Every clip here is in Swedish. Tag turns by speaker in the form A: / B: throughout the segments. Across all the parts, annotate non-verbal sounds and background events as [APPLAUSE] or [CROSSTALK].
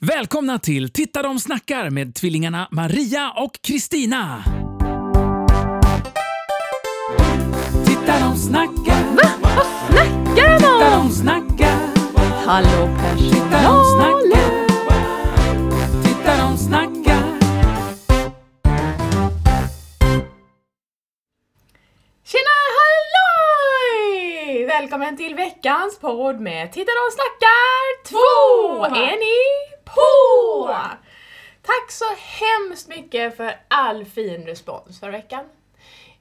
A: Välkomna till Titta de snackar med tvillingarna Maria och Kristina. Titta de snackar. Va?
B: Vad snackar han
A: Titta
B: om?
A: de snackar.
B: Hallå
A: Titta de
B: personalen!
A: snackar. Titta de snackar.
B: Tjena halloj! Välkommen till veckans podd med Titta de snackar 2! Är ni på? Tack så hemskt mycket för all fin respons förra veckan.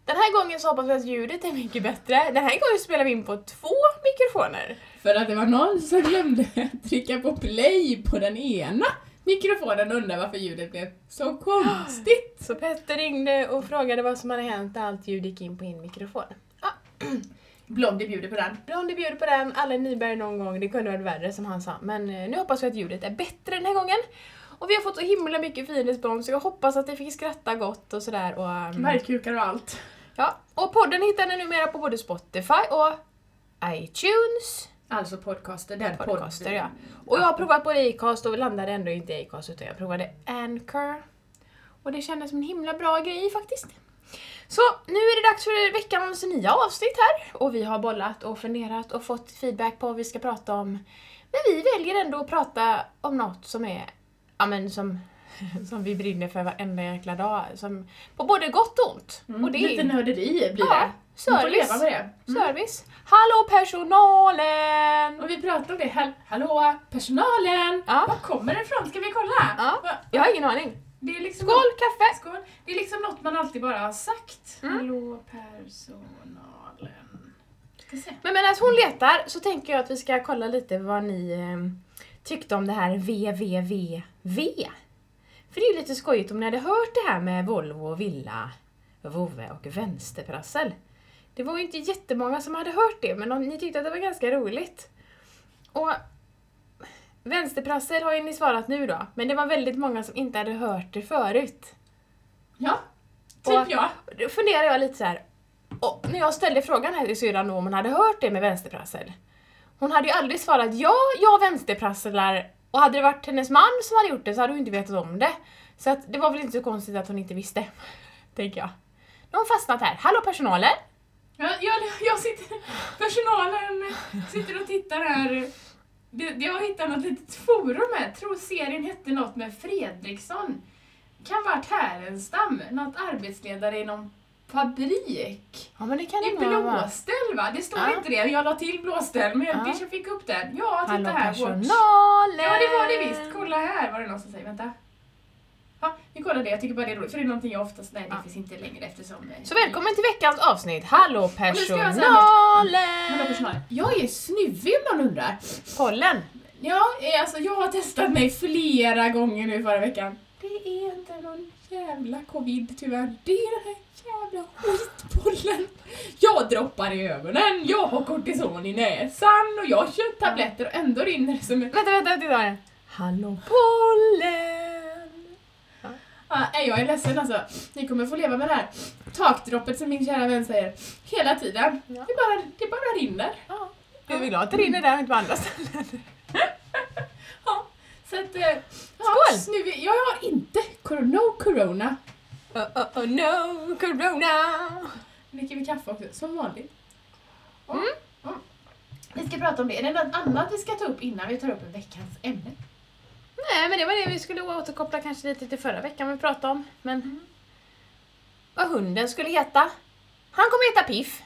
B: Den här gången så hoppas vi att ljudet är mycket bättre. Den här gången spelar vi in på två mikrofoner.
C: För att det var någon som glömde att trycka på play på den ena mikrofonen och undrar varför ljudet blev så konstigt.
B: Så Petter ringde och frågade vad som hade hänt när allt ljud gick in på en mikrofon. Ja, [CLEARS THROAT]
C: Blondie bjuder på den.
B: Blondie bjuder på den, alla Nyberg någon gång, det kunde varit värre som han sa. Men eh, nu hoppas vi att ljudet är bättre den här gången. Och vi har fått så himla mycket fin respons så jag hoppas att ni fick skratta gott och sådär. Och, ehm,
C: Märkkukar och allt.
B: ja. och podden hittar ni numera på både Spotify och iTunes.
C: Alltså podcaster, den
B: Podcaster
C: Mm.
B: ja. Och jag har provat både Acast och landade ändå inte i Acast utan jag provade Anchor. Och det kändes som en himla bra grej faktiskt. Så nu är det dags för veckans nya avsnitt här. Och vi har bollat och funderat och fått feedback på vad vi ska prata om. Men vi väljer ändå att prata om något som är, ja men som, [LAUGHS] som vi brinner för varenda jäkla dag. Som, på både gott och ont.
C: Mm,
B: och det
C: Lite
B: är
C: nörderi
B: Ja,
C: blir det. Man får
B: service.
C: leva med det. Mm.
B: service. Hallå personalen!
C: Och vi pratar om det. Hall- Hallå personalen!
B: Ja.
C: Var kommer den ifrån? Ska vi kolla?
B: Ja.
C: Va-
B: Jag har ingen aning.
C: Det är liksom
B: Skål kaffe!
C: Skål! Det är liksom något man alltid bara har sagt.
B: Mm.
C: Hallå personalen. Ska se.
B: Men medan hon letar så tänker jag att vi ska kolla lite vad ni ehm, tyckte om det här VVVV. För det är ju lite skojigt om ni hade hört det här med Volvo och villa, vovve och vänsterprassel. Det var ju inte jättemånga som hade hört det, men om ni tyckte att det var ganska roligt. Och vänsterprassel har ju ni svarat nu då, men det var väldigt många som inte hade hört det förut.
C: Ja,
B: Och-
C: typ jag.
B: Då funderar jag lite så här. Och när jag ställde frågan här till syrran då om hon hade hört det med vänsterprassel. Hon hade ju aldrig svarat ja, jag vänsterprasselar. Och hade det varit hennes man som hade gjort det så hade hon inte vetat om det. Så att det var väl inte så konstigt att hon inte visste. [LAUGHS] Tänker jag. Nu har hon fastnat här. Hallå personalen!
C: Jag, jag, jag sitter, personalen sitter och tittar här. Det- Jag har hittat något litet forum här. Tror serien hette något med Fredriksson. Kan varit Härenstam. Något arbetsledare inom fabrik.
B: Ja men det kan
C: Det är
B: det nog vara.
C: blåställ va? Det står
B: Ja.
C: inte det. Jag la till blåställ men
B: Ja.
C: jag jag fick upp den. Ja, titta
B: Hallå
C: här.
B: personalen!
C: Watch. Ja, det var det visst. Kolla här var det någon som säger. Vänta. Ja, vi kollar det. Jag tycker bara det är roligt. För det är någonting jag oftast... Nej, det
B: Ja.
C: finns inte längre eftersom... eh,
B: Så välkommen till veckans avsnitt. Hallå
C: nu ska jag säga något. Hallå
B: personalen!
C: personal. Jag är snuvig om någon undrar.
B: Pollen!
C: Ja, eh, alltså jag har testat mig flera gånger nu förra veckan. Det är inte någon jävla covid tyvärr. Det är den här jävla skitbollen. Jag droppar i ögonen, jag har kortison i näsan och jag har köpt tabletter och ändå rinner det som en...
B: Vänta, vänta, vänta. vänta. Hallå pollen!
C: Ah, nej, jag är ledsen alltså. Ni kommer få leva med det här takdroppet som min kära vän säger. Hela tiden.
B: Ja.
C: Det, bara, det bara rinner.
B: Ja. Uh, Du vill ha att det rinner där och inte på andra ställen.
C: Ja, så att... eh, Ja,
B: Skål!
C: Snuv, jag har inte cor- no corona.
B: Oh, oh, oh no, corona!
C: dricker vi kaffe också, som vanligt. Mm. Mm. Vi ska prata om det. Är det något annat vi ska ta upp innan vi tar upp veckans ämne?
B: Nej, men det var det vi skulle återkoppla kanske lite till förra veckan vi pratade om. Men vad hunden skulle heta. Han kommer heta Piff.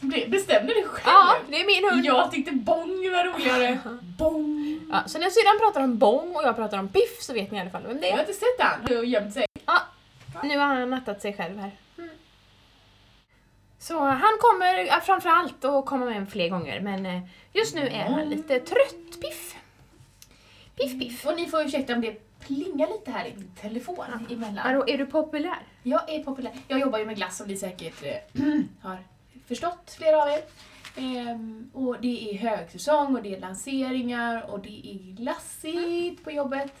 C: Det bestämde du själv.
B: Ja, det är min hund.
C: Jag tyckte Bong var roligare. Bong.
B: Ja, så när syrran pratar om Bong och jag pratar om Piff så vet ni i alla fall vem det
C: Jag har
B: är.
C: inte sett han. Du har gömt sig.
B: Ja, nu har han nattat sig själv här. Så han kommer ja, framförallt att komma med fler gånger men eh, just nu är han lite trött Piff. Piff Piff.
C: Och ni får ursäkta om det plingar lite här i min telefon emellan.
B: Vadå, är du populär?
C: Jag är populär. Jag jobbar ju med glass som ni säkert eh, [CLEARS THROAT] har förstått, flera av er. Ehm, och det är högsäsong och det är lanseringar och det är glassigt på jobbet.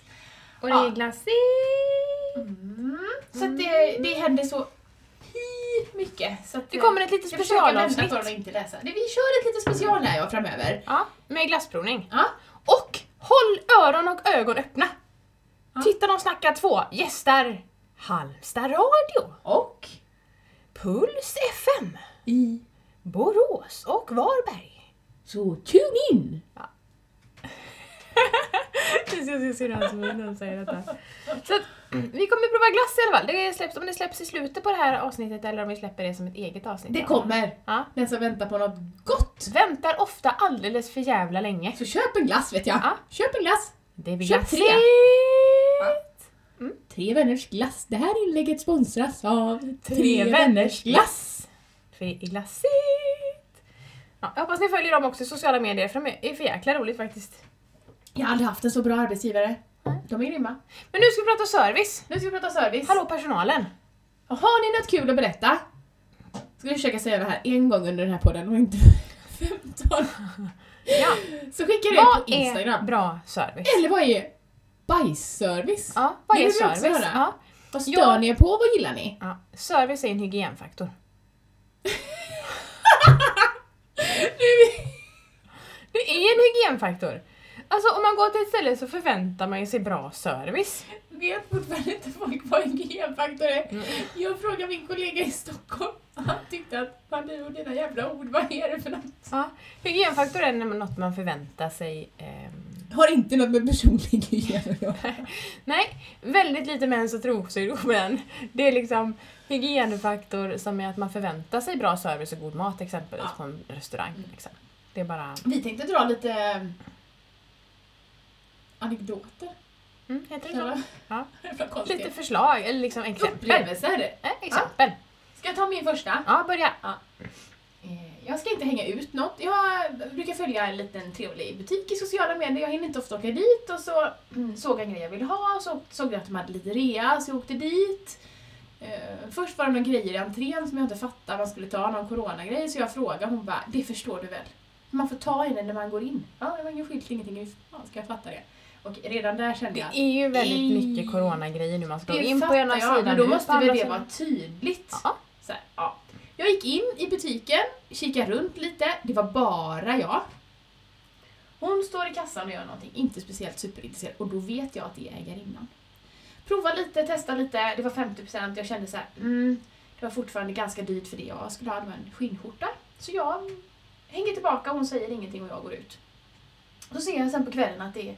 B: Och det
C: Ja.
B: är glassigt.
C: Mm. Så att det, det händer så pi mycket. Så att
B: Det kommer ett litet
C: jag försöker vända
B: specialavsnitt.
C: på den och inte läsa. Det, vi kör ett litet special här ja, framöver.
B: Ja, med glassprovning.
C: Ja.
B: Och håll öron och ögon öppna. Titta de snackar 2 gästar Halmstad radio,
C: Och
B: Puls FM,
C: i...
B: Borås och Varberg.
C: Så tune in!
B: Jag ska se hur som innan säger detta. Så att, vi kommer prova glass i alla fall. Det släpps, om det släpps i slutet på det här avsnittet eller om vi släpper det som ett eget avsnitt.
C: Det kommer!
B: Ja.
C: Den som väntar på något gott!
B: Väntar ofta alldeles för jävla länge.
C: Så köp en glass vet jag!
B: Ja.
C: Köp en glass!
B: Det vill
C: Köp
B: jag
C: tre.
B: se!
C: Tre vänners glass. Det här inlägget sponsras av
B: Mm. Tre vänners
C: glass!
B: För i glassigt! Ja, jag hoppas ni följer dem också i sociala medier för de är för jäkla roligt faktiskt.
C: Jag har aldrig haft en så bra arbetsgivare. De är grymma.
B: Men nu ska vi prata service.
C: Nu ska vi prata service.
B: Hallå personalen!
C: Har ni något kul att berätta? Ska vi försöka säga det här en gång under den här podden och inte [LAUGHS] 15.
B: Ja,
C: Så skickar det
B: vad
C: på Instagram.
B: är bra service?
C: Eller vad är bajsservice?
B: Ja, vad
C: Det
B: är
C: vill vi också
B: service?
C: höra.
B: Ja,
C: Vad stör
B: Ja.
C: ni er på? Vad gillar ni?
B: ja. Service är en hygienfaktor. Det är en hygienfaktor! Alltså om man går till ett ställe så förväntar man ju sig bra service.
C: vet fortfarande inte folk vad en hygienfaktor är. Jag frågade min kollega i Stockholm. Han tyckte att fan du och dina jävla ord, vad är det för något?
B: Ja, hygienfaktor är något man förväntar sig. ehm,
C: Har inte något med personlig hygien att göra.
B: Nej, väldigt lite mens och trossydromen. Det är liksom hygienfaktor som är att man förväntar sig bra service och god mat exempelvis
C: Ja.
B: på en restaurang. Liksom. Det är bara...
C: Vi tänkte dra lite eh, anekdoter.
B: Mm, heter det så?
C: Eller?
B: Ja.
C: Jävla konstigt.
B: Lite förslag eller liksom exempel.
C: upplevelser.
B: Eh, exempel.
C: Ska jag ta min första?
B: Ja, börja.
C: Eh, Jag ska inte hänga ut något. Jag brukar följa en liten trevlig butik i sociala medier. Jag hinner inte ofta åka dit och så mm, såg jag en grej jag ville ha och så såg jag att de hade lite rea så jag åkte dit. Eh, först var det några grejer i entrén som jag inte fattade vad man skulle ta, någon coronagrej, så jag frågade hon bara “det förstår du väl?” Man får ta i den när man går in. Ja, det var ingen skylt, ingenting. Hur fan ska jag fatta det? Och redan där kände
B: Det
C: jag
B: är ju väldigt
C: I-
B: mycket coronagrejer nu. Man ska gå
C: det
B: in på
C: fattar
B: ena
C: jag,
B: sidan
C: men då
B: ut på
C: måste
B: andra
C: väl det
B: sidan.
C: vara tydligt.
B: Ja.
C: Så här, ja. Jag gick in i butiken, kikade runt lite, det var bara jag. Hon står i kassan och gör någonting, inte speciellt superintresserad, och då vet jag att det är ägarinnan. Prova lite, testa lite, det var 50%, jag kände så här, mm, det var fortfarande ganska dyrt för det jag skulle ha, det var en skinnskjorta. Så jag hänger tillbaka, hon säger ingenting och jag går ut. Då ser jag sen på kvällen att det är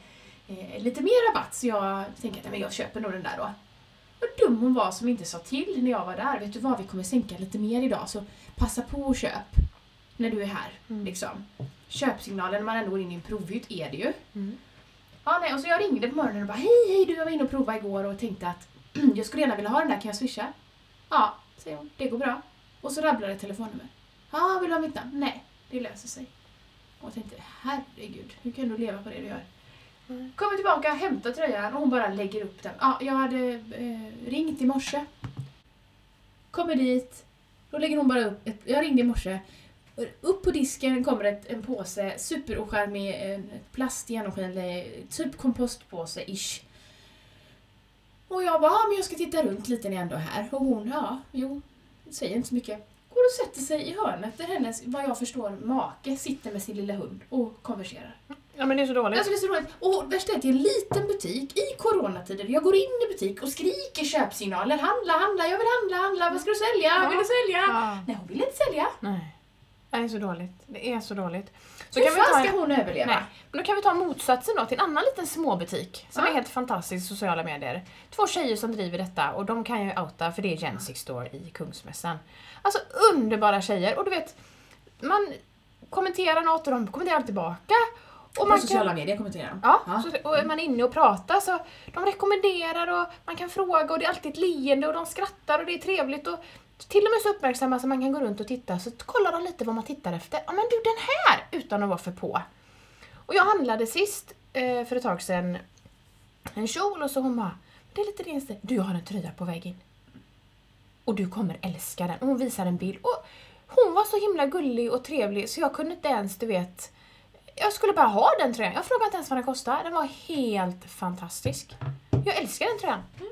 C: eh, lite mer rabatt så jag tänker att "Nej, men jag köper nog den där då. Vad dum hon var som inte sa till när jag var där. Vet du vad, vi kommer sänka lite mer idag så passa på och köp när du är här.
B: Mm.
C: Liksom. Köpsignalen när man ändå går in i en provhytt är det ju.
B: Mm.
C: Ja, nej, och så jag ringde på morgonen och bara hej hej du jag var inne och provade igår och tänkte att [CLEARS THROAT] jag skulle gärna vilja ha den där, kan jag swisha? Ja, säger hon, det går bra. Och så rabblar ett telefonnummer. Ja, vill du ha mitt namn? Nej, det löser sig. Och jag tänkte, herregud, hur kan du leva på det du gör?
B: Mm.
C: Kommer tillbaka, hämtar tröjan och hon bara lägger upp den. Ja, jag hade eh, ringt i morse. Kommer dit, då lägger hon bara upp, ett, jag ringde i morse. Upp på disken kommer ett, en påse, superocharmig, en plastgenomskinlig, typ kompostpåse-ish. Och jag bara, ja, men jag ska titta runt lite när jag ändå är här. Och hon, ja, jo, säger inte så mycket. Går och sätter sig i hörnet där hennes, vad jag förstår, make sitter med sin lilla hund och konverserar.
B: Ja, men det är så dåligt.
C: Alltså det är så roligt. Och värst är att det är en liten butik i coronatider. Jag går in i butik och skriker köpsignaler. Handla, handla, jag vill handla, handla, vad ska du sälja?
B: Ja.
C: Vill du sälja?
B: Ja.
C: Nej, hon vill inte sälja.
B: Nej. Det är så dåligt. Det är så dåligt. Så
C: Hur
B: kan vi ta
C: fan
B: en-
C: ska hon överleva?
B: Nej, men då kan vi ta motsatsen då till en annan liten småbutik som
C: Ja.
B: är helt fantastisk i sociala medier. Två tjejer som driver detta och de kan ju outa för det är Jensic Store i Kungsmässan. Alltså underbara tjejer och du vet, man kommenterar något och de kommenterar tillbaka. Och
C: På
B: man
C: sociala
B: kan,
C: medier kommenterar hon.
B: ja,
C: Ja.
B: Så, och är man inne och pratar så de rekommenderar och man kan fråga och det är alltid ett leende och de skrattar och det är trevligt och till och med så uppmärksamma så man kan gå runt och titta så kollar de lite vad man tittar efter. Ja men du den här! Utan att vara för på. Och jag handlade sist eh, för ett tag sedan en kjol och så hon bara Det är lite din stil. Du jag har en tröja på väg in. Och du kommer älska den. Och hon visar en bild. Och hon var så himla gullig och trevlig så jag kunde inte ens, du vet Jag skulle bara ha den tröjan. Jag frågade inte ens vad den kostade. Den var helt fantastisk. Jag älskar den tröjan. Mm.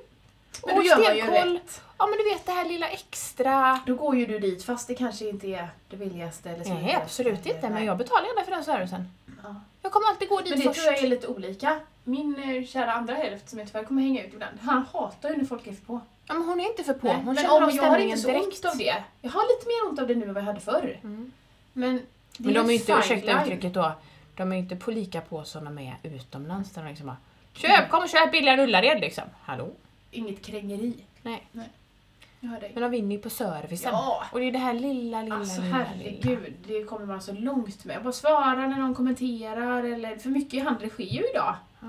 C: Men
B: och
C: då gör man ju
B: stenkoll.
C: rätt.
B: Ja men du vet det här lilla extra.
C: Då går ju du dit fast det kanske inte är det billigaste eller
B: Nej absolut inte men jag betalar gärna för den servicen.
C: Ja.
B: Jag kommer alltid gå dit
C: Men det
B: först.
C: tror jag är lite olika. Min eh, kära andra hälft som jag tyvärr kommer hänga ut ibland, han hatar ju när folk är för på.
B: Ja, men hon är inte för på.
C: Nej,
B: hon
C: men
B: känner
C: om
B: av
C: jag har
B: stämningen
C: inte så
B: direkt.
C: ont av det. Jag har lite mer ont av det nu än vad jag hade förr.
B: Mm.
C: Men, det
B: Men de är ju inte,
C: fine
B: ursäkta
C: line.
B: uttrycket då, de är ju inte på lika på som de är utomlands. Där de liksom bara, köp, kom och köp billiga Ullared liksom. Hallå?
C: Inget krängeri.
B: Nej.
C: Jag hör dig.
B: Men de vinner ju på servicen.
C: Ja.
B: Och det är ju det här lilla, lilla,
C: Alltså
B: lilla, lilla.
C: herregud, det kommer man så långt med. Jag bara svara när någon kommenterar eller för mycket handel sker ju idag.
B: Ja.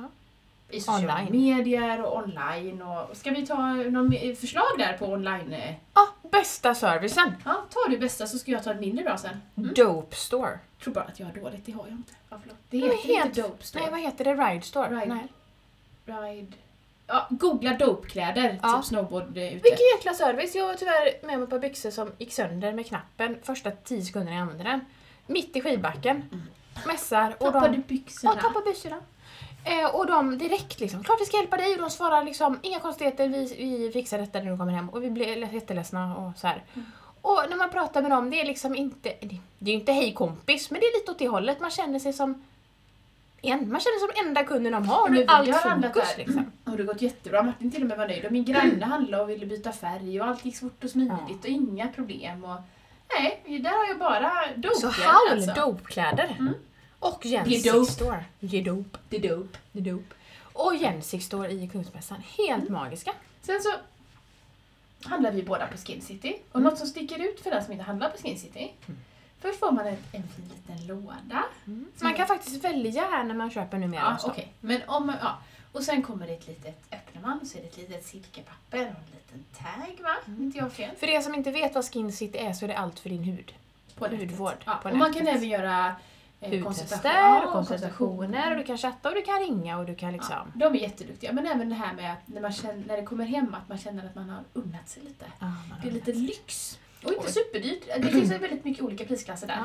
C: I sociala
B: Online.
C: medier och online och ska vi ta någon mer- förslag där på online? eh?
B: Ja, bästa servicen.
C: Ja, ta det bästa så ska jag ta ett mindre bra sen.
B: Dope store.
C: Tror bara att jag har dåligt, det har jag inte. Ja, förlåt. Det
B: Det är
C: heter
B: helt...
C: inte dope store.
B: Nej, vad heter det? Ride store?
C: Ride.
B: Nej.
C: Ride. Ja, googla dopekläder,
B: Ja.
C: typ snowboard eh, ute.
B: Vilken jäkla service! Jag var tyvärr med om ett par byxor som gick sönder med knappen första 10 sekunderna jag använde den. Mitt i skidbacken. Mässar och
C: Tappade
B: de...
C: byxorna.
B: Och tappade byxorna. Eh, och de direkt liksom, klart vi ska hjälpa dig! Och de svarar liksom, inga konstigheter, vi, vi fixar detta när du kommer hem. Och vi blir le- jätteledsna och så här.
C: Mm.
B: Och när man pratar med dem, det är liksom inte... Det, det är ju inte hej kompis, men det är lite åt det hållet. Man känner sig som... En, man känner sig som enda kunden de har. Och
C: Men
B: nu
C: vi
B: är allt
C: har handlat
B: fokus
C: där. Mm.
B: liksom.
C: Och det har gått jättebra. Martin till och med var nöjd. Och min granne handlade och ville byta färg och allt gick fort och smidigt och inga problem. Och... Nej, där har jag bara alltså. dope.
B: Så Howl dopekläder.
C: Mm.
B: Och
C: Ge dope.
B: Jensik Store. Ge dope.
C: The dope. Mm.
B: Ge dope. Och Jensik Store i Kungsmässan. Helt magiska.
C: Sen så handlar vi båda på Skin City. Och
B: Mm.
C: något som sticker ut för den som inte handlar på Skin City. Först får man en, en fin liten låda.
B: Så man kan faktiskt välja här när man köper numera.
C: Mm. Ja,
B: också.
C: okej. Men om, ja. Och sen kommer det ett litet, öppnar man och så är det ett litet silkepapper och en liten tag va?
B: Mm.
C: Inte jag fel?
B: För er som inte vet vad Skin City är så är det allt för din hud.
C: På
B: Hudvård
C: Ja,
B: på
C: och man
B: nätet.
C: kan även göra eh,
B: Hudtester, och
C: konsultationer.
B: konsultationer, och du kan chatta och du kan ringa och du kan
C: Ja,
B: liksom...
C: de är jätteduktiga, men även det här med att när, man känner, när det kommer hem att man känner att man har unnat sig lite.
B: Ja, man
C: Det är
B: har-
C: lite lyx. Och inte
B: Oj.
C: superdyrt. Det
B: [CLEARS THROAT]
C: finns ju väldigt mycket olika prisklasser där.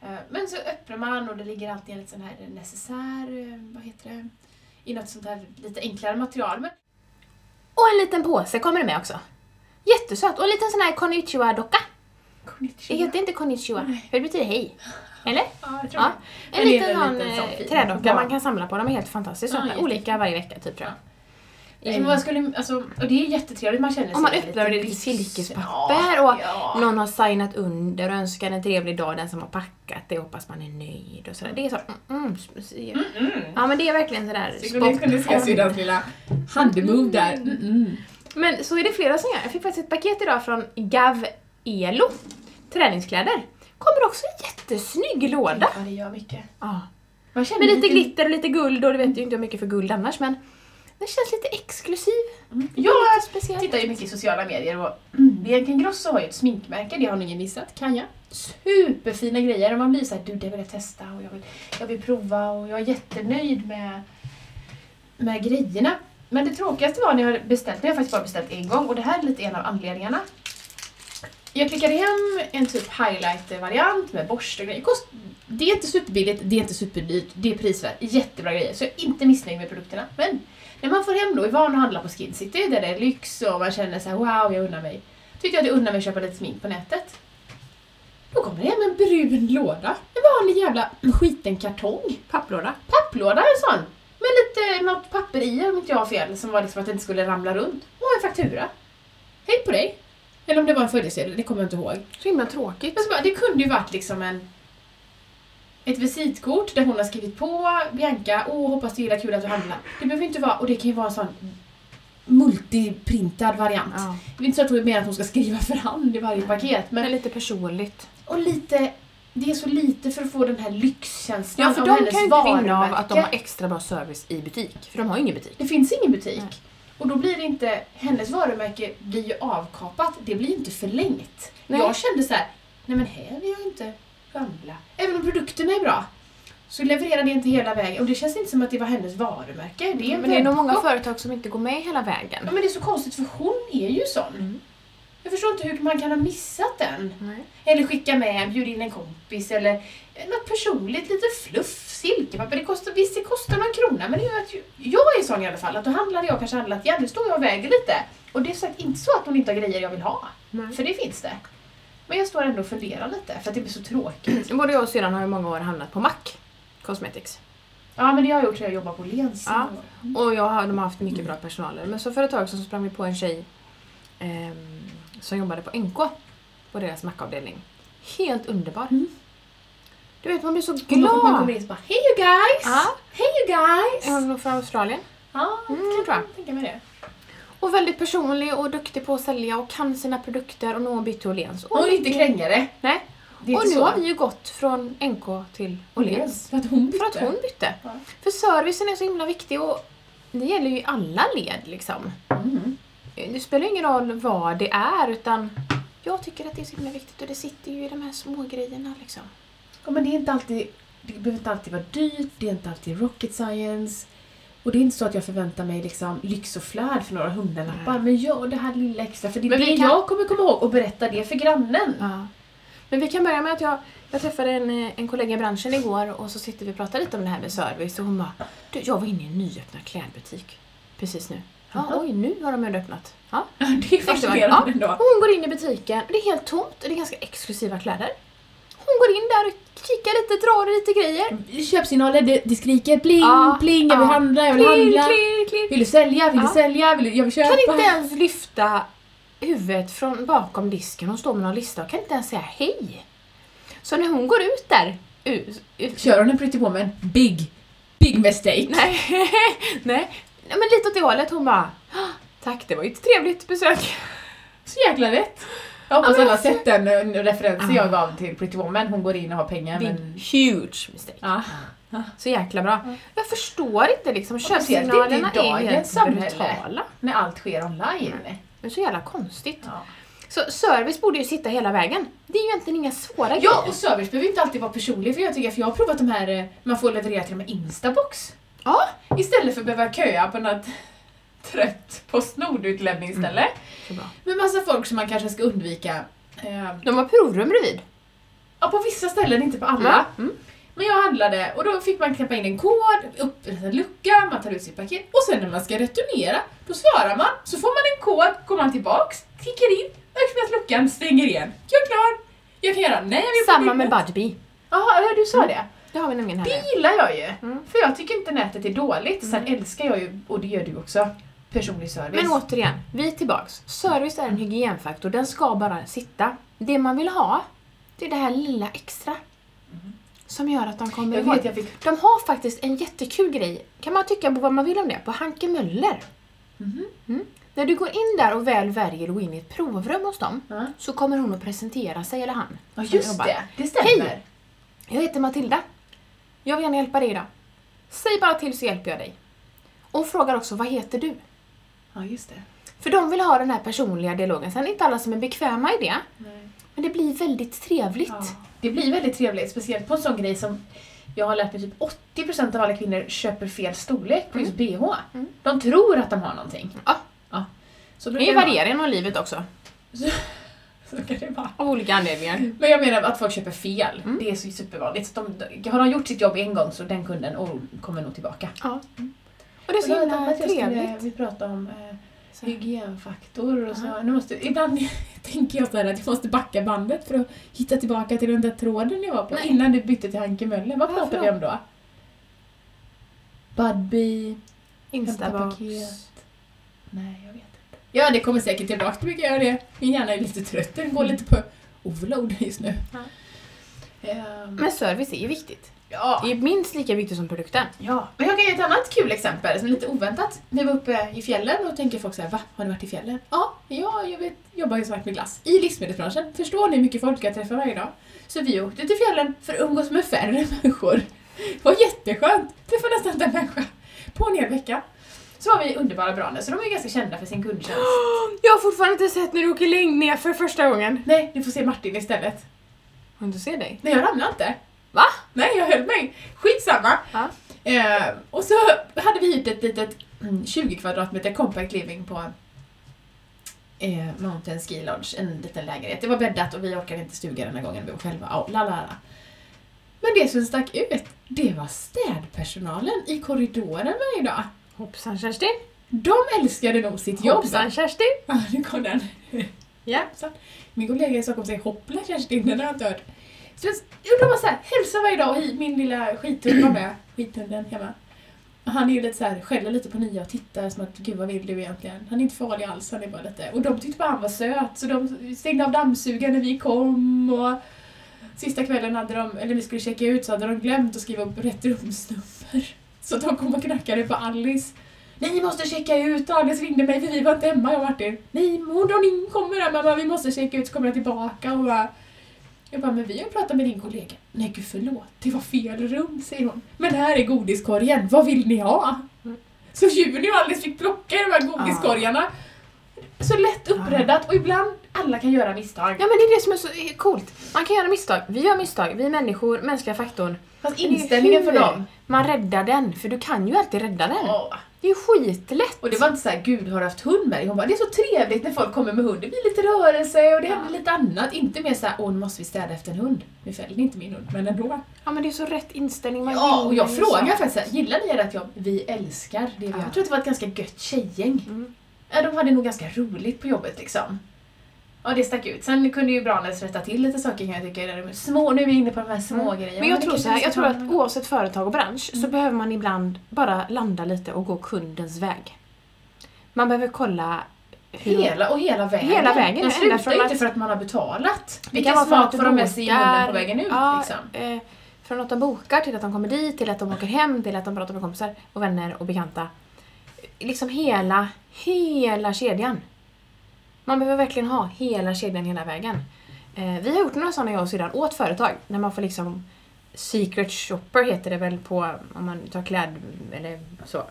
B: Ja.
C: Eh, Men så öppnar man och det ligger alltid en liten sån här necessär, eh, vad heter det, i något sånt här lite enklare material. Men
B: Och en liten påse kommer det med också. Jättesöt! Och en liten sån här konnichiwa-docka. Det heter inte konnichiwa, för det betyder hej. Eller?
C: Ja, jag tror
B: Ja.
C: det.
B: En
C: Men det är
B: liten
C: väl
B: sån,
C: lite sån
B: eh,
C: fin
B: trädocka
C: barn.
B: man kan samla på. De är helt fantastiskt
C: Ja,
B: söta.
C: jättefin.
B: Olika varje vecka typ tror jag.
C: Nej, men man skulle, alltså, och det är jättetrevligt, man känner sig
B: Mm. Om man
C: Alltså, lite
B: öppnar det lite
C: lyx.
B: silkespapper och
C: ja.
B: någon har signat under och önskar en trevlig dag den som har packat det hoppas man är nöjd och sådär. Det är så, mm, mm, s- Ja men det är verkligen sådär spot on. Mm.
C: lilla handmove där.
B: Men så är det flera som gör. Jag fick faktiskt ett paket idag från Gav Elo. Träningskläder. Kommer också en jättesnygg låda.
C: Ja, det gör mycket.
B: Ja.
C: Man känner
B: Med lite glitter och lite guld och du vet ju inte hur mycket för guld annars men den känns lite exklusiv.
C: Ja,
B: lite
C: jag
B: speciell.
C: tittar ju mycket i sociala medier och mm, Bianca Ingrosso har ju ett sminkmärke, det har nog ingen missat, kan jag. Superfina grejer och man blir såhär, du det vill jag testa och jag vill, jag vill prova och jag är jättenöjd med, med grejerna. Men det tråkigaste var när jag hade beställt, när jag faktiskt bara beställt en gång och det här är lite en av anledningarna. Jag klickade hem en typ highlighter-variant med borste och grejer. Kost, det är inte superbilligt, det är inte superdyrt, det är prisvärt. Jättebra grejer, så jag är inte missnöjd med produkterna. Men när man får hem då, är van att handla på Skin City där det är lyx och man känner så här: wow, jag unnar mig. Tyckte jag att jag unnar mig att köpa lite smink på nätet. Då kommer det hem en brun låda. En vanlig jävla skiten kartong.
B: Papplåda.
C: Papplåda en sån. Med lite något papper i om inte jag har fel, som var liksom att det inte skulle ramla runt. Och en faktura. Hej på dig! Eller om det var en följesedel, det kommer jag inte ihåg.
B: Så himla tråkigt.
C: Jag så bara, det kunde ju varit liksom en ett visitkort där hon har skrivit på Bianca, åh hoppas du gillar kul att du handlar. Det behöver inte vara, och det kan ju vara en sån multiprintad variant.
B: Ja.
C: Det är inte så att hon menar att hon ska skriva för hand i varje paket,
B: Men
C: men
B: lite personligt.
C: och lite, det är så lite för att få den här lyxkänslan
B: Ja, för
C: av
B: de
C: hennes
B: kan ju inte vinna av
C: varumärke.
B: att de har extra bra service i butik. För de har ju ingen butik.
C: Det finns ingen butik.
B: Nej.
C: Och då blir det inte, hennes varumärke blir ju avkapat, det blir ju inte förlängt.
B: Nej.
C: Jag kände så här, nej men här vill jag inte ramla. Även om produkterna är bra, så levererar det inte hela vägen. Och det känns inte som att det var hennes varumärke. Det är
B: Men det är nog många
C: webbshop.
B: företag som inte går med hela vägen.
C: Ja men det är så konstigt för hon är ju sån. Jag förstår inte hur man kan ha missat den.
B: Mm. Nej.
C: Eller skicka med, bjud in en kompis eller eh, något personligt, lite fluff, silkepapper. Det kostar, visst det kostar någon krona men det gör att ju- jag är sån i alla fall att då handlar jag kanske handlat igen, nu står jag och väger lite. Och det är sagt inte så att hon inte har grejer jag vill ha.
B: Nej.
C: För det finns det. Men jag står ändå och funderar lite för att det blir så tråkigt.
B: Både jag och syrran har i många år handlat på Mac Cosmetics.
C: Ja men det har jag gjort så jag jobbar på Lens.
B: Ja.
C: Mm.
B: Och jag, har- de har haft mycket bra personaler. Men så för ett tag sedan så sprang vi på en tjej ehm, som jobbade på NK. På deras mackavdelning. Helt underbar.
C: Mm.
B: Du vet, man blir så
C: Och då man kommer
B: glad.
C: in och bara Hey you guys!
B: Ja.
C: Hey you guys!
B: Hon var från Australien.
C: Ja,
B: Mm, tror
C: kan
B: jag.
C: jag tänka mig det.
B: Och väldigt personlig och duktig på att sälja och kan sina produkter och nu har hon bytt till Åhléns. Och
C: Hon är inte krängare.
B: Nej.
C: Det är
B: och
C: inte
B: nu
C: så.
B: har vi ju gått från NK till Åhléns.
C: För att hon bytte.
B: För att hon bytte.
C: Ja.
B: För servicen är så himla viktig och det gäller ju i alla led liksom.
C: Mm.
B: Det spelar ingen roll vad det är utan jag tycker att det är så himla viktigt och det sitter ju i de här små grejerna liksom.
C: Ja, men det är inte alltid... Det behöver inte alltid vara dyrt, det är inte alltid rocket science. Och det är inte så att jag förväntar mig liksom lyx och flärd för några hundralappar. Men gör det här lilla extra, för det är
B: Men
C: det
B: vi kan-
C: jag kommer komma ihåg och berätta det för grannen.
B: Ja. Men vi kan börja med att jag, jag träffade en, eh, en kollega i branschen igår och så sitter vi och pratar lite om det här med service och hon bara du, jag var inne i en nyöppnad klädbutik precis nu. Ja,
C: Jaha.
B: oj, nu har de ändå öppnat. Ja.
C: Det är
B: Ja.
C: fascinerande
B: Och
C: ändå.
B: hon går in i butiken och det är helt tomt och det är ganska exklusiva kläder. Hon går in där och kikar lite, drar i lite grejer.
C: Köpsignaler, det, det skriker pling,
B: Ja,
C: pling, jag vill
B: ja.
C: handla, jag vill
B: Klirr,
C: handla.
B: klirr, klirr.
C: Vill du sälja, vill
B: Ja.
C: du sälja, vill du, jag vill köpa.
B: Kan inte ens lyfta huvudet från bakom disken. Hon står med någon lista och kan inte ens säga hej. Så när hon går ut där... Ut, ut,
C: Kör hon en pretty woman, big, big mistake.
B: nej, nej. Ja, Men lite åt det hållet. Hon bara... "Ah, Tack, det var ju ett trevligt besök.
C: Så jävla rätt! Jag hoppas
B: Ja, men
C: alla har
B: alltså- Ah.
C: sett den eh, referensen
B: Ja.
C: jag gav till Pretty Woman. Hon går in och har pengar men...
B: huge mistake.
C: Ja.
B: Så jäkla bra. Jag förstår inte liksom.
C: speciellt inte i
B: Köpsignalerna är
C: dagens
B: helt
C: samhälle.
B: brutala.
C: När allt sker online.
B: Det är så jävla konstigt.
C: Ja.
B: Så service borde ju sitta hela vägen. Det är ju egentligen inga svåra
C: ja,
B: grejer.
C: och service behöver inte alltid vara personlig för jag tycker, för jag har provat de här, eh, man får leverera till de här Instabox.
B: Ja.
C: Istället för att behöva köa på något trött Postnord-utlämningsställe.
B: Så bra.
C: Med massa folk som man kanske ska undvika. Eh,
B: De har provrum bredvid.
C: Ja, på vissa ställen, inte på alla.
B: Ja. Mm.
C: Men jag handlade och då fick man knäppa in en kod, upp en lucka, man tar ut sitt paket och sen när man ska returnera, då svarar man, så får man en kod, går man tillbaks, klickar in, öppnas luckan, stänger igen. Jag är klar! Jag kan göra nej, jag vill på
B: Samma med
C: nätet.
B: Budbee.
C: Jaha, ja, du sa det.
B: Det har vi nämligen här. nu.
C: Det gillar jag ju.
B: Mm.
C: För jag tycker inte nätet är dåligt. Sen älskar jag ju, och det gör du också, personlig service.
B: Men återigen, vi är tillbaks. Service är en hygienfaktor, den ska bara sitta. Det man vill ha, det är det här lilla extra. Som gör att de kommer
C: Mm. jag vet,
B: ihåg.
C: jag fick...
B: De har faktiskt en jättekul grej, kan man tycka vad man vill om det, på Hanke Möller.
C: Mhm.
B: Mm. När du går in där och väl väljer att gå in i ett provrum hos dem,
C: Ja,
B: så kommer hon att presentera sig, eller han. som
C: Ja, just
B: jobbar.
C: det. Det stämmer.
B: Hej! Jag heter Matilda. Jag vill gärna hjälpa dig idag. Säg bara till så hjälper jag dig. Och hon frågar också, vad heter du?
C: Ja, just det.
B: För de vill ha den här personliga dialogen. Sen är inte alla som är bekväma i det,
C: Nej.
B: men det blir väldigt trevligt.
C: Det blir väldigt trevligt, speciellt på en sån grej som jag har lärt mig typ 80% av alla kvinnor köper fel storlek på just bh.
B: Mm.
C: De tror att de har någonting.
B: Ja.
C: ja. Så
B: Det är
C: brukar
B: ju
C: det vara.
B: varierar genom livet också,
C: Så kan det vara.
B: av olika anledningar.
C: Men jag menar att folk köper fel.
B: Mm.
C: Det är så supervanligt. Så de, har de gjort sitt jobb en gång så den kunden oh, kommer nog tillbaka.
B: Ja. Och det är så
C: Och då
B: himla
C: tänkte jag att jag skulle-
B: trevligt.
C: Vi pratade om eh,
B: Så.
C: hygienfaktor och så.
B: Ja.
C: Nu måste, ibland [LAUGHS] tänker jag så här att jag måste backa bandet för att hitta tillbaka till den där tråden jag var på
B: Nej.
C: innan du bytte till Hanke Möller. Vad
B: Ja,
C: pratade vi om då? Budbee?
B: Instabox.
C: paket. Nej, jag vet inte. Ja, det kommer säkert tillbaka. Det brukar göra det. Min hjärna är lite trött. Den går lite på overload just nu.
B: Ja.
C: Ehm,
B: Men service är ju viktigt.
C: ja.
B: Det är minst lika viktigt som produkten.
C: Ja, men jag kan ge ett annat kul exempel som är lite oväntat. När vi var uppe i fjällen och tänker folk så här, va? Har ni varit i fjällen? Ja, ja jag vet, jobbar ju svart med glass i livsmedelsbranschen. Förstår ni hur mycket folk jag träffar varje dag? Så vi åkte till fjällen för att umgås med färre [LAUGHS] människor. Det var jätteskönt! Träffa nästan inte en människa på en hel vecka. Så har vi underbara Branäs, så de är ju ganska kända för sin kundtjänst. [GASPS]
B: Jag har fortfarande inte sett när du åker längd för första gången.
C: Nej, du får se Martin istället.
B: Har inte se dig?
C: Nej, jag ramlade inte.
B: Va?
C: Nej, jag höll mig. Skitsamma.
B: Ja.
C: Eh, och så hade vi hyrt ett litet mm, 20 kvadratmeter compact living på eh, Mountain Ski Lodge, en liten lägenhet. Det var bäddat och vi orkade inte stuga den här gången, vi var själva. Ja, la, la, la. Men det som stack ut, det var städpersonalen i korridoren varje dag.
B: Hoppsan Kerstin!
C: De älskade nog sitt jobb.
B: Hoppsan Kerstin!
C: Ja, nu kom den.
B: Ja.
C: Min kollega i Stockholm säger hoppla Kerstin, den har jag inte hört. Så jag undrar bara såhär, hälsa varje dag och hit min lilla skithund var med. [CLEARS THROAT] Skithunden hemma. Och han är ju lite såhär, skäller lite på nya och tittar som att gud vad vill du egentligen? Han är inte farlig alls, han är bara lite... Och de tyckte bara han var söt så de stängde av dammsugaren när vi kom och... Sista kvällen hade de, eller vi skulle checka ut så hade de glömt att skriva upp rätt rumsnummer. [LAUGHS] Så de kom och knackade på Alice. Ni måste checka ut! Alice ringde mig för vi var inte hemma, jag och Martin. Nej, hon och ni kommer här mamma, vi måste checka ut så kommer jag tillbaka och bara... Jag bara, men vi har pratat med din kollega. Nej gud förlåt, det var fel rum, säger hon. Men här är godiskorgen, vad vill ni ha?
B: Mm.
C: Så Juni och Alice fick plocka i de här godiskorgarna. Så lätt uppräddat och ibland, alla kan göra misstag.
B: Ah. Ja men det är det som är så eh, coolt. Man kan göra misstag. Vi gör misstag. Vi är människor, mänskliga faktorn.
C: Fast
B: Men det är ju
C: inställningen för
B: hur
C: dem.
B: Man räddar den, för du kan ju alltid rädda den.
C: Ja.
B: Det är ju skitlätt.
C: Och det var inte så här, gud har du haft hund med dig? Hon bara, det är så trevligt när folk kommer med hund. Det blir lite rörelse och det händer lite annat. Inte mer så här, åh nu måste vi städa efter en hund. Nu fäller ni inte min hund, men ändå.
B: Ja men det är så rätt inställning man
C: Ja, och jag
B: gillar ju
C: frågar
B: så.
C: faktiskt så här, gillar ni ert jobb? Vi älskar det vi gör.
B: Ja.
C: Jag tror att det var ett ganska gött tjejgäng.
B: Mm.
C: Ja, de hade nog ganska roligt på jobbet liksom. Ja, det stack ut. Sen kunde ju Branäs rätta till lite saker kan jag tycka. i det där. Små, nu är vi inne på de här små grejerna.
B: Mm. Men jag tror
C: kanske
B: så här,
C: vi ska
B: jag tror
C: Mm. ta
B: att
C: någon-
B: oavsett företag och bransch så behöver man ibland bara landa lite och gå kundens väg. Man behöver kolla hur...
C: Hela, och hela vägen.
B: Hela vägen,
C: Den
B: ända
C: slutar
B: från
C: ju inte
B: att-
C: för att man har betalat.
B: Det
C: Vilken
B: kan vara från
C: smak
B: att du
C: får de med sig i munnen på
B: bokar-
C: vägen ut
B: ja,
C: liksom?
B: eh, Från att de bokar till att de kommer dit, till att de åker hem, till att de pratar med kompisar och vänner och bekanta. Liksom hela, hela kedjan. Man behöver verkligen ha hela kedjan hela vägen. Eh, vi har gjort några sådana jag och syrran åt företag när man får liksom Secret shopper heter det väl på om man tar kläd eller så,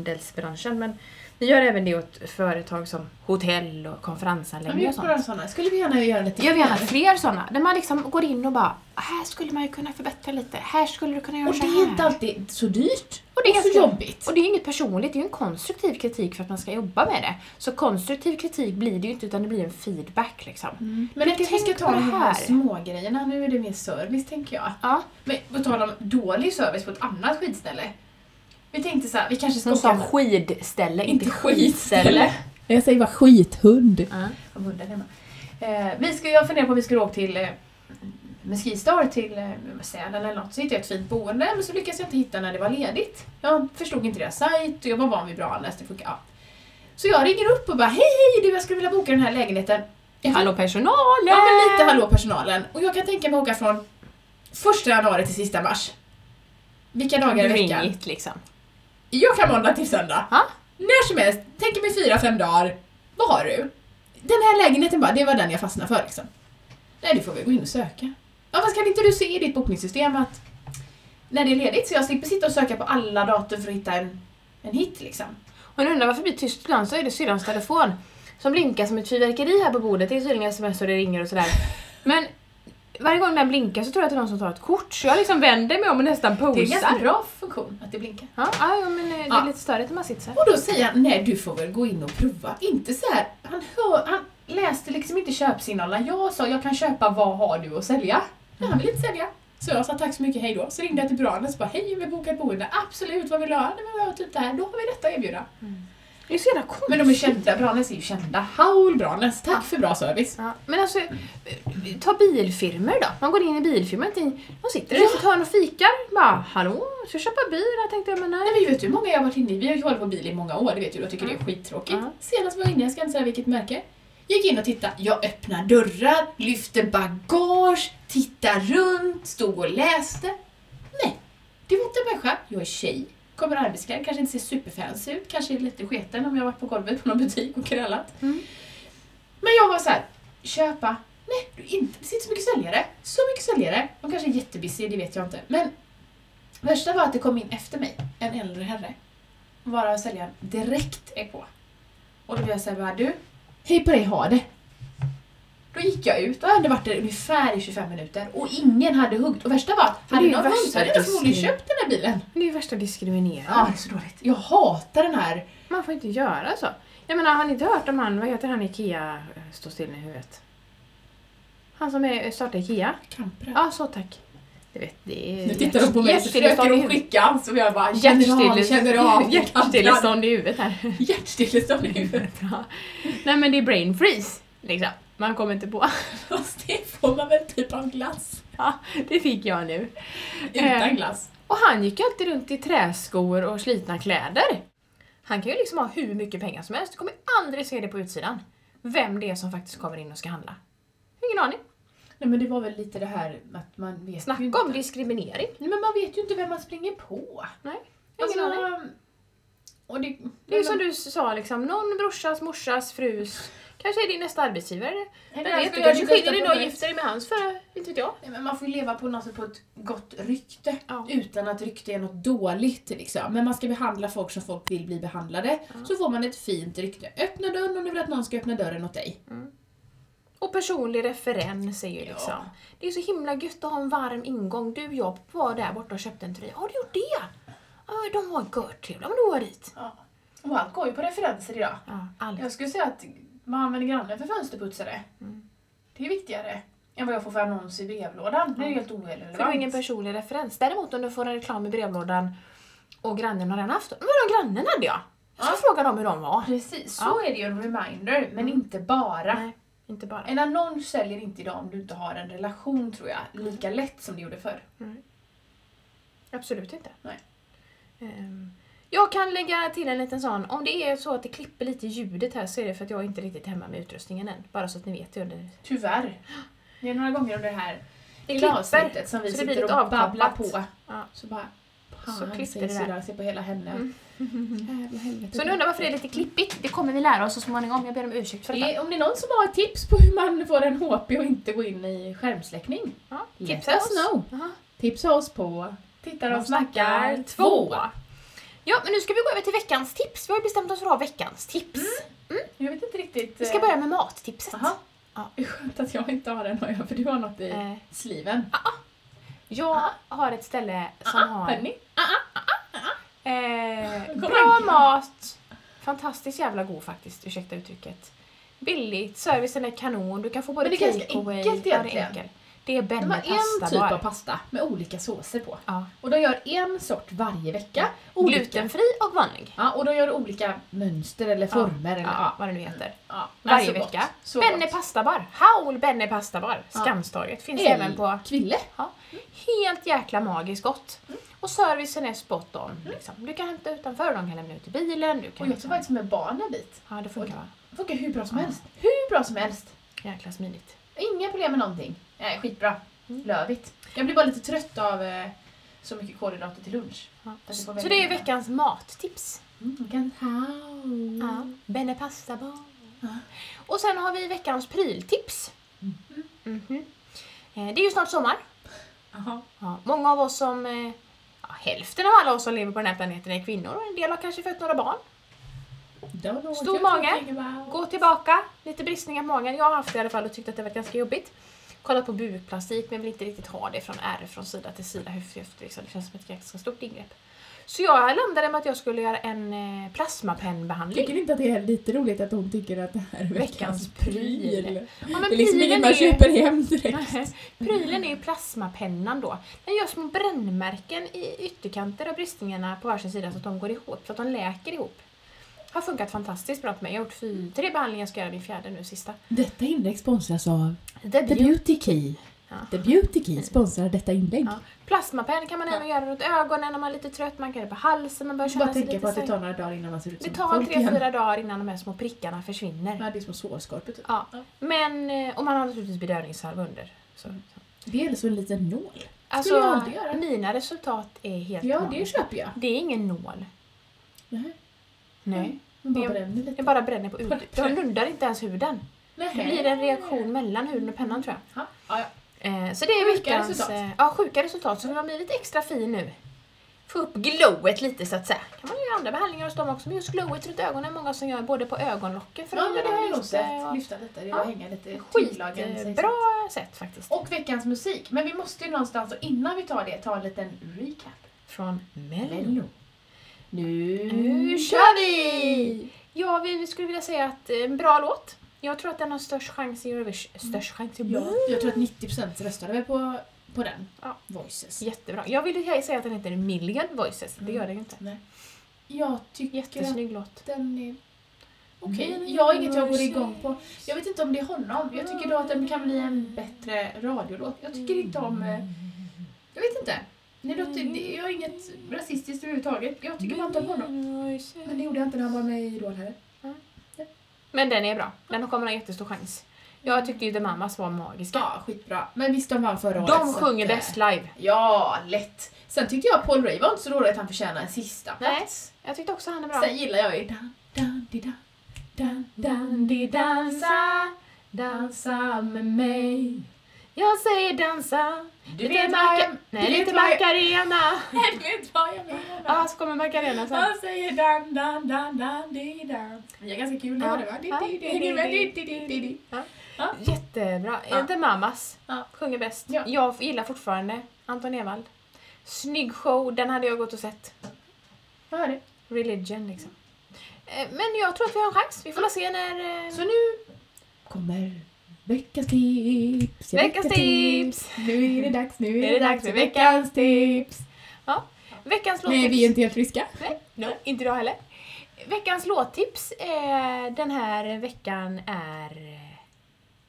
B: handelsbranschen. Men vi gör även det åt företag som hotell och
C: Ja, men
B: konferensanläggningar
C: jag
B: och sånt.
C: sådana. sådana. Skulle vi gärna göra lite
B: Jag vill gärna
C: mer.
B: fler sådana. Där man liksom går in och bara, här skulle man ju kunna förbättra lite. Här skulle du kunna göra
C: Och
B: så
C: det
B: här.
C: är inte alltid så dyrt.
B: Och det är
C: så
B: ganska-
C: jobbigt.
B: Och det är ju inget personligt, det är ju en konstruktiv kritik för att man ska jobba med det. Så konstruktiv kritik blir det ju inte utan det blir en feedback liksom.
C: Men jag kanske ska
B: tänk
C: ta
B: på det
C: de här
B: här.
C: smågrejerna. Nu är det mer service tänker jag.
B: Ja.
C: Men på tal om dålig service på ett annat skidställe. Vi tänkte så här, vi kanske ska
B: Hon
C: åka...
B: sa skidställe, inte,
C: Inte
B: skitställe.
C: skitställe. Jag säger bara skithund.
B: Ja.
C: Om hunden hemma. Eh, vi ska, jag funderar på om vi skulle åka till eh, med Skistar till eh, Sälen eller något. Så hittade jag ett fint boende men så lyckades jag inte hitta när det var ledigt. Jag förstod inte deras sajt och jag var van vid Branäs. Det funkar. Ja. Så jag ringer upp och bara hej hej du jag skulle vilja boka den här lägenheten. Jag fick
B: Hallå personalen!
C: Ja men lite hallå personalen. Och jag kan tänka mig åka från första januari till sista mars. Vilka dagar i
B: Bring
C: veckan?
B: it liksom.
C: Jag kan måndag till söndag.
B: Ja.
C: När som helst, tänker mig fyra, fem dagar. Vad har du? Den här lägenheten bara, det var den jag fastnade för liksom. Nej, det får vi gå in och söka. Ja, fast kan inte du se i ditt bokningssystem att när det är ledigt så jag slipper sitta och söka på alla datum för att hitta en, en hit liksom.
B: Hon undrar varför det blir tyst ibland så är det syrrans telefon som blinkar som ett fyrverkeri här på bordet. Det är tydligen sms och det ringer och sådär. Men varje gång den blinkar så tror jag att det är någon som tar ett kort så jag liksom vänder mig om och nästan posar.
C: Det är en ganska bra funktion att det blinkar.
B: Ja, ja, ja, men eh, det är
C: Ja.
B: lite störigt när man sitter så här.
C: Och då säger han, nej du får väl gå in och prova. Inte så här, han, hör, han läste liksom inte köpsignalen. Jag sa, jag kan köpa, vad har du att sälja? Nej, han vill inte sälja. Så jag sa tack så mycket, hej då. Så ringde jag till Branäs och bara, hej vi har bokat boende, absolut vad vill du ha? Nej, men vi har typ det här, då har vi detta att erbjuda.
B: Det är så jävla konstigt.
C: Men de är kända, Branäs är ju kända. Howl Branäs, tack för bra service.
B: Ja, men alltså, eh, ta bilfirmor då. Man går in i bilfirman, tänker, de sitter i
C: Ja.
B: ett hörn och fikar. Bara, hallå, ska jag köpa bil? Jag tänkte, jag, men nej.
C: Nej men vet du hur många jag har varit inne i? Vi har ju hållit på bil i många år, det vet du. Jag tycker det är skittråkigt.
B: Ja.
C: Senast var jag inne, jag ska inte säga vilket märke. Gick in och tittade, jag öppnar dörrar, lyfter bagage, tittar runt, stod och läste. Nej, det var inte en människa. Jag är tjej, kommer arbetsklädd, kanske inte ser superfancy ut, kanske är lite sketen om jag har varit på golvet på någon butik och krällat.
B: Mm.
C: Men jag var så här, köpa, nej, du är inte, det sitter så mycket säljare. Så mycket säljare. De kanske är jättebusy, det vet jag inte. Men Värsta var att det kom in efter mig, en äldre herre. Varav säljaren direkt är på. Och då blev jag såhär bara, du, hej på dig, ha det. Då gick jag ut och jag hade varit där ungefär i 25 minuter och ingen hade huggit. Och värsta var att
B: Men det
C: hade
B: är ju
C: någon huggit
B: värsta
C: hade jag förmodligen
B: Disney.
C: köpt den här bilen.
B: Det är ju värsta diskrimineringen.
C: Ja, det är så dåligt. Jag hatar den här.
B: Man får inte göra så. Jag menar, har ni inte hört om han, vad heter han IKEA, eh, står still i huvudet? Han som är, startade IKEA?
C: Kamprad.
B: Ja, så tack. Du vet, det är
C: Nu tittar de på mig och så försöker de skicka så jag bara känner av, känner
B: [LAUGHS]
C: av.
B: Hjärtstillestånd i huvudet
C: [LAUGHS]
B: här.
C: Hjärtstillestånd i huvudet. [LAUGHS]
B: Ja. Nej men det är brain freeze, liksom. Man kommer inte på. [LAUGHS]
C: Fast det får man väl typ av glass.
B: Ja, det fick jag nu. Eh.
C: Utan glass.
B: Och han gick ju alltid runt i träskor och slitna kläder. Han kan ju liksom ha hur mycket pengar som helst, du kommer aldrig se det på utsidan. Vem det är som faktiskt kommer in och ska handla. Ingen aning.
C: Nej men det var väl lite det här att man vet ju
B: Snacka
C: inte.
B: om diskriminering.
C: Nej, men man vet ju inte vem man springer på.
B: Nej, ingen
C: Alltså,
B: aning.
C: och det,
B: Det är ju som du sa, liksom, någon brorsas, morsas, frus. Kanske är din nästa arbetsgivare.
C: Nej,
B: Jag
C: men
B: vet
C: alltså,
B: inte,
C: jag
B: kanske
C: skulle
B: skiljer dig
C: rösta
B: då
C: på
B: och
C: mitt-
B: gifter dig med hans förra, inte vet jag.
C: Nej, men man får ju leva på något sätt på ett gott rykte
B: Ja.
C: utan att rykte är något dåligt. Liksom. Men man ska behandla folk som folk vill bli behandlade. Så får man ett fint rykte. Öppna dörren om du vill att någon ska öppna dörren åt dig.
B: Och personlig referens är ju liksom... Det är så himla gött att ha en varm ingång. Du och jag var där borta och köpte en tröja. Har du gjort det? Ja, de var görtrevliga. Men då går jag dit.
C: Och allt går ju på referenser idag.
B: Ja, aldrig.
C: Jag skulle säga att man använder grannen för fönsterputsare.
B: Mm.
C: Det är viktigare än vad jag får för annons i brevlådan. Det är helt
B: Mm. För du har ingen
C: orelevant.
B: personlig referens. Däremot om du får en reklam i brevlådan och grannen har den haft den. Vadå grannen hade jag? Så
C: Ja.
B: frågar de hur de var.
C: Precis, så
B: Ja. Mm.
C: är det ju en reminder, men inte bara.
B: Nej, inte bara.
C: En annons säljer inte idag om du inte har en relation tror jag, lika
B: Mm.
C: lätt som det gjorde förr.
B: Absolut inte.
C: Nej.
B: Ehm, Jag kan lägga till en liten sån. Om det är så att det klipper lite i ljudet här så är det för att jag inte riktigt är hemma med utrustningen än. Bara så att ni vet det under
C: Tyvärr. Det är några gånger under det här
B: Det
C: lilla
B: klipper,
C: avsnittet som vi
B: så det blir
C: sitter och
B: lite avkopplat.
C: babblar på.
B: Ja.
C: Så bara,
B: Så klipper
C: fan
B: det
C: säger
B: där. Mm.
C: syrran, se på hela henne. [LAUGHS] Jävla helvete.
B: Så nu undrar varför det är lite klippigt. Det kommer vi lära oss så småningom. Jag ber om ursäkt för detta.
C: Eh, Om det är någon som har tips på hur man får en HP och inte gå in i skärmsläckning,
B: Ja,
C: let
B: tipsa
C: us
B: oss.
C: know.
B: Jaha.
C: tipsa oss på Tittar och snackar
B: Två.
C: 2.
B: Ja, men nu ska vi gå över till veckans tips. Vi har ju bestämt oss för att ha veckans tips.
C: Jag vet inte riktigt.
B: Vi ska
C: eh,
B: börja med mattipset.
C: Aha.
B: Ja.
C: Det är skönt att jag inte har den har jag, för du har något i
B: Eh,
C: sliven.
B: jag har ett ställe som
C: Ah,
B: har
C: Penny.
B: [LAUGHS] eh,
C: Kom
B: bra
C: igen.
B: mat, fantastiskt jävla god faktiskt, ursäkta uttrycket. Billigt, servicen är kanon, du kan få både
C: Men det är ganska
B: takeaway-
C: enkelt
B: ja, det är
C: egentligen.
B: enkelt. Det är
C: De
B: Benne
C: har en typ
B: bara.
C: av pasta med olika såser på.
B: ja.
C: Och de gör en sort varje vecka. Olika.
B: Glutenfri och vanlig.
C: Ja, och de gör olika mönster eller former. eller,
B: ja,
C: ja.
B: vad det nu heter.
C: Ja.
B: Varje
C: så gott.
B: vecka.
C: Så
B: Benne
C: gott.
B: Pastabar. Howl Benne Pastabar.
C: Ja.
B: Skamstorget. Finns
C: El-
B: även på...
C: Kville.
B: Ja. Helt jäkla magiskt gott. Och servicen är spot on. Liksom. Du kan hämta utanför, de kan lämna ut i bilen. Du
C: Och
B: kan liksom-
C: Mm. jag tog faktiskt med barnen dit.
B: Ja, det funkar va?
C: Det funkar hur bra som helst. Hur bra som helst.
B: Jäkla smidigt.
C: Inga problem med någonting. Nej, skitbra.
B: Mm.
C: Lövigt. Jag blir bara lite trött av eh, så mycket kolhydrater till lunch.
B: Ja.
C: Fast
B: Så
C: får
B: det är
C: välja.
B: veckans mattips.
C: Mm, kan ha.
B: Ja. Benne Pastabar.
C: Mm. Ja. Mm.
B: Och sen har vi veckans pryltips. Mhm. Eh, Det är ju snart sommar.
C: Jaha.
B: Ja, många av oss som... eh, Ja, hälften av alla oss som lever på den här planeten är kvinnor och en del har kanske fött några barn.
C: Don't know
B: Stor
C: what
B: mage.
C: you're thinking about.
B: Gå tillbaka, lite bristningar på magen. Jag har haft det i alla fall och tyckt att det varit ganska jobbigt. Kollat på bukplastik men vill inte riktigt ha det från ärr från sida till sida, höft till höft. Liksom. Det känns som ett ganska stort ingrepp. Så jag landade med att jag skulle göra en eh, plasmapennbehandling.
C: ni inte att det är lite roligt att hon tycker att det här är
B: Veckans pryl. Ja, men
C: Det är liksom
B: prylen
C: inget man
B: är-
C: köper hem direkt.
B: Nej, [LAUGHS] Prylen är ju plasmapennan då. Den gör små brännmärken i ytterkanter av bristningarna på varsin sida så att de går ihop, så att de läker ihop. Har funkat fantastiskt bra på mig. Jag har gjort fy, tre behandlingar, jag ska göra min fjärde nu sista.
C: Detta inlägg sponsras av
B: The
C: The Beauty Key.
B: Ja.
C: The Beauty Key sponsrar detta inlägg.
B: Ja. Plasmapenn kan man även göra runt ögonen om man är lite trött, man kan göra det på halsen, man börjar
C: Bara
B: känna sig
C: tänka på
B: lite
C: att det
B: seg.
C: tar några dagar innan man ser ut
B: Det
C: som
B: tar
C: folk
B: tre,
C: igen.
B: fyra dagar innan de här små prickarna försvinner.
C: Nej, det är som sårskorpor typ.
B: Ja. Men, eh, och man har naturligtvis bedövningssalva under. Så.
C: Det är som en liten nål.
B: Alltså,
C: jag aldrig göra.
B: mina resultat är helt
C: Ja, det
B: magiska.
C: köper jag.
B: Det är ingen nål.
C: Nej.
B: Nej.
C: Man bara
B: Jag-
C: bränner lite.
B: Den bara bränner på huden. De nuddar inte ens huden. Det blir en reaktion mellan huden och pennan tror jag.
C: Ja, ja, ja.
B: Eh, Så det är
C: Sjuka
B: veckans...
C: resultat.
B: eh, Ja, sjuka resultat. Så den har blivit extra fin nu. Få upp glowet lite så att säga. kan man göra andra behandlingar hos dem också. Men just glowet runt ögonen är många som gör både på ögonlocken för
C: ja men det har jag nog
B: just det,
C: sett.
B: och-
C: Lyfta lite, det
B: Ja.
C: var hänga lite. tyngdlagen, sig.
B: Skitbra sätt faktiskt.
C: Och veckans musik. Men vi måste ju någonstans, och innan vi tar det, ta en liten recap.
B: Från Mello.
C: Mello. Nu, Mm.
B: Nu kör vi! Ja, vi vi skulle vilja säga att eh, en bra låt. Jag tror att den har störst chans i Eurovision. Störst chans i
C: Mm. Ja, jag tror att 90% röstade väl på, på den.
B: Ja.
C: Voices.
B: Jättebra. Jag vill ju säga att den heter Million Voices. Det gör den ju inte.
C: Jag tycker
B: Jättesnygg låt.
C: att den är
B: Okej, jag har inget jag går igång på. Jag vet inte om det är honom. Jag tycker då att den kan bli en bättre radiolåt. Jag tycker inte om... eh, Jag vet inte. Nej, det- det- jag har inget rasistiskt överhuvudtaget. Jag tycker bara inte om honom.
C: Men det gjorde jag inte när han var med i Idol heller.
B: Men den är bra. Den kommer ha jättestor chans. Jag tyckte ju The Mamas var magiska.
C: Ja, skitbra. Men visst, de vann förra året.
B: De
C: så
B: sjunger
C: att, eh,
B: bäst live.
C: Ja, lätt. Sen tyckte jag Paul Ray var inte så dålig att han förtjänar en sista
B: Nej.
C: plats.
B: Jag tyckte också han är bra.
C: Sen gillar jag ju dan, dan, di, dan, dan, dan, di, dansa, dansa med mig.
B: Jag säger dansa. lite
C: Du vet vad jag...
B: Maca- Nej,
C: du
B: lite
C: vad jag-
B: Macarena.
C: [LAUGHS] Du vet vad jag menar.
B: Ja, så kommer Macarena sen.
C: Han säger dan, dan, dan, dan, di, dan. Det är ganska kul när
B: Ja.
C: det var. Di,
B: Ja.
C: di, di, di, di, di, di, di, di.
B: Jättebra.
C: Ja.
B: The Mamas
C: Ja.
B: sjunger bäst.
C: Ja.
B: Jag gillar fortfarande Anton Ewald. Snygg show, den hade jag gått och sett.
C: Jag hör det.
B: Religion liksom. Eh, Men jag tror att vi har en chans. Vi får la se när... eh,
C: Så nu kommer veckans tips. ja,
B: Veckans tips!
C: Nu är det dags, nu
B: Är det dags för
C: veckans tips.
B: Veckans låttips.
C: Nej, vi är inte helt friska.
B: Nej, nej, inte jag heller. Veckans låttips eh, den här veckan är eh,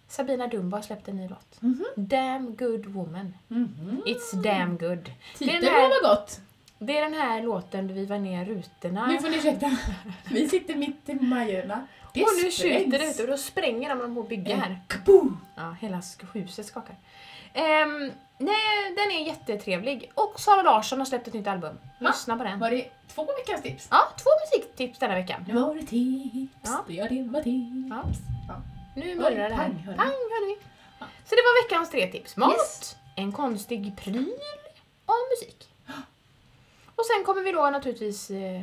B: Sabina Dumba har släppt en ny låt.
C: Mhm.
B: Damn good woman.
C: Mm-hmm.
B: It's damn good. Det
C: Titeln
B: är den här-
C: var gott.
B: Det är den här låten vi var ner rutorna.
C: Nu får ni ursäkta. [LAUGHS] Vi sitter mitt i Majorna. Det
B: och nu
C: sprängs.
B: skjuter det ut och då spränger de på bygga här.
C: Kaboom!
B: Ja, hela sk- huset skakar. Ehm, nej, den är jättetrevlig. Och Sara Larsson har släppt ett nytt album. Lyssna på den.
C: Var det två veckans tips?
B: Ja, två musiktips den här veckan.
C: Nu var det tips.
B: Ja.
C: Ja, det var tips.
B: Ja.
C: Ja.
B: Nu mullrar det här.
C: pang, hörde vi.
B: Pang hörde vi. Så det var veckans tre tips. Mat,
C: Yes.
B: en konstig pryl och musik. Och sen kommer vi då naturligtvis eh,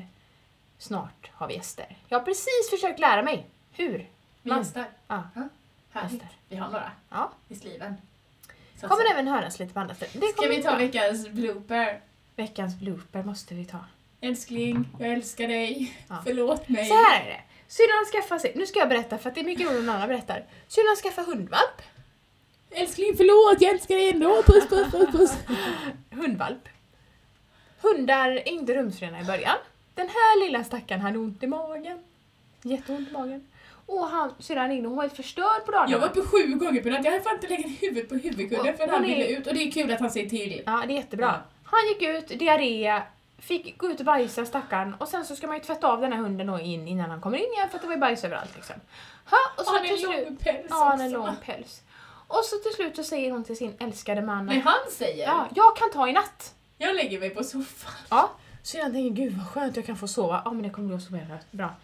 B: snart ha vi gäster. Jag har precis försökt lära mig hur.
C: Vi
B: Man.
C: gästar.
B: Ja.
C: Härligt.
B: Gästar.
C: Vi har några
B: Ja.
C: i sliven. Så att
B: Kommer
C: säga.
B: även höras lite på andra ställen. Det
C: Ska
B: kommer
C: vi ta
B: bli bra.
C: veckans blooper?
B: Veckans blooper måste vi ta.
C: Älskling, jag älskar dig.
B: Ja.
C: Förlåt mig.
B: Så här är det. Syrran skaffar sig, nu ska jag berätta för att det är mycket roligare när andra berättar. Syrran skaffar hundvalp.
C: Älskling, förlåt, jag älskar dig ändå. Puss, puss, puss, puss.
B: hundvalp. Hundar är inte rumsrena i början. Den här lilla stackaren hade ont i magen. Jätteont i magen. Och han, syrran ringde, hon var helt förstörd på dagarna.
C: Jag var uppe sju gånger på natten. Jag hade fan inte legat huvudet på huvudkudden för
B: Och-
C: han
B: och ni-
C: ville ut. Och det är kul att han säger till.
B: Ja, det är jättebra. Han gick ut, diarré, fick gå ut och bajsa stackaren och sen så ska man ju tvätta av den här hunden då in innan han kommer in igen för att det var ju bajs överallt liksom. Ha, och så
C: Han
B: till
C: är
B: slut,
C: lång päls
B: Ja, han är
C: också.
B: lång päls. Och så till slut så säger hon till sin älskade man
C: Men
B: att
C: han säger,
B: ja, jag kan ta i natt.
C: jag lägger mig på soffan. [LAUGHS]
B: Ja. Så jag tänker, gud vad skönt jag kan få sova. Ja men det kommer bli så jävla bra.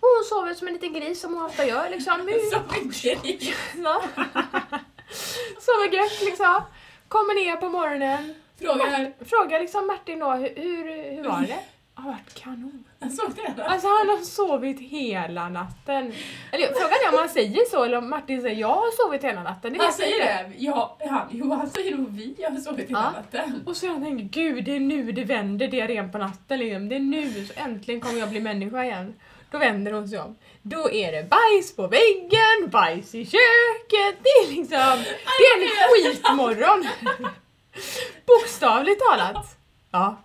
B: Och hon sover som en liten gris som hon ofta gör liksom. [LAUGHS]
C: Som en gris.
B: Ja. [LAUGHS] sover gött liksom. Kommer ner på morgonen.
C: Frågar,
B: Frågar liksom Martin då, hur, hur, hur var det? [LAUGHS] Har varit kanon.
C: han såg det här.
B: Alltså han har sovit hela natten. Eller frågan är om han säger så eller om Martin säger jag har sovit hela natten. Det vet
C: Han
B: jag
C: säger
B: inte.
C: det. Ja, han, jo, han säger nog vi har sovit hela
B: Ja.
C: natten.
B: Och så jag tänker, gud det är nu det vänder diarrén på natten liksom. Det är nu, så äntligen kommer jag bli människa igen. Då vänder hon sig om. Då är det bajs på väggen, bajs i köket. Det är liksom, det är en skitmorgon. [LAUGHS] Bokstavligt talat. Ja.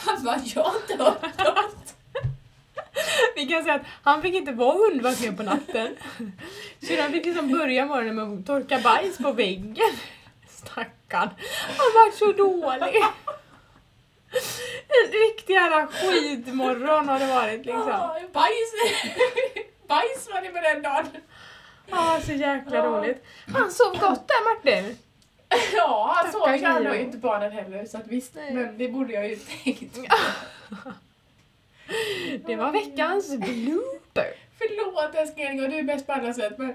C: Han bara, jag har inte hört något.
B: Vi kan säga att han fick inte vara hundvakt med på natten. Så han fick liksom börja morgonen med att torka bajs på väggen. Stackarn. Han var så dålig. En riktig jävla skitmorgon har det varit liksom.
C: Ah, Bajs. Bajs [LAUGHS] var det på den dagen.
B: Ja, så jäkla roligt. Han sov gott där Martin.
C: Ja, han
B: Tacka
C: sov ju. Han
B: Gud.
C: har ju inte barnen heller så att visst.
B: Nej.
C: Men det borde jag ju tänkt.
B: Det var veckans blooper.
C: Förlåt älskling, och du är bäst på alla sätt men...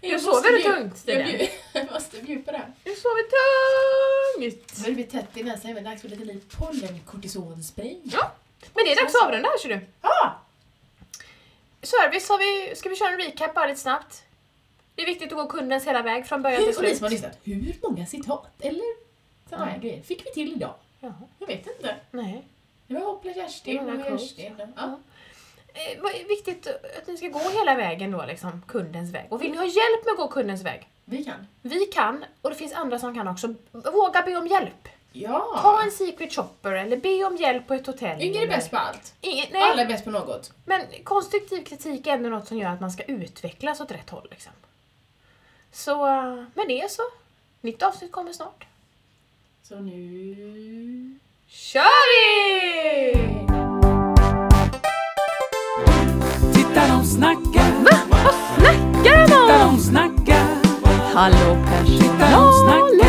B: Du
C: måste
B: sover
C: bjud-
B: tungt,
C: jag
B: Stina.
C: bjud- [LAUGHS] Jag måste bjuda på det. här.
B: Nu sover vi tungt.
C: Nu blir tätt i näsan, även dags för lite ny pollenkortisonspray.
B: Ja, men det är dags att avrunda här ser du.
C: Ja!
B: Service har vi, ska vi köra en recap bara lite snabbt? Det är viktigt att gå kundens hela väg från början till
C: Hur, och ni som har
B: slut.
C: lyssnat, hur många citat eller sådana här grejer fick vi till idag?
B: Ja,
C: Jag vet inte.
B: nej.
C: Det var Hoppla
B: Det var
C: Kerstin och
B: några quotes.
C: Kerstin. Ja.
B: Eh, vad är viktigt att ni ska gå hela vägen då, liksom, kundens väg. Och vill ni ha hjälp med att gå kundens väg?
C: Vi kan.
B: Vi kan, och det finns andra som kan också. Våga be om hjälp.
C: Ja.
B: Ta en secret shopper eller be om hjälp på ett hotell.
C: Yngre är
B: eller-
C: bäst på allt.
B: Ingen, nej,
C: Alla är bäst på något.
B: men konstruktiv kritik är ändå något som gör att man ska utvecklas åt rätt håll. Liksom. Så eh, med det så, nytt avsnitt kommer snart.
C: Så nu...
B: Kör vi!
A: Titta de snackar,
D: Vad snackar de
A: titta
D: om?
A: de snackar,
D: Hallå
A: titta de
D: personalen!
A: snackar.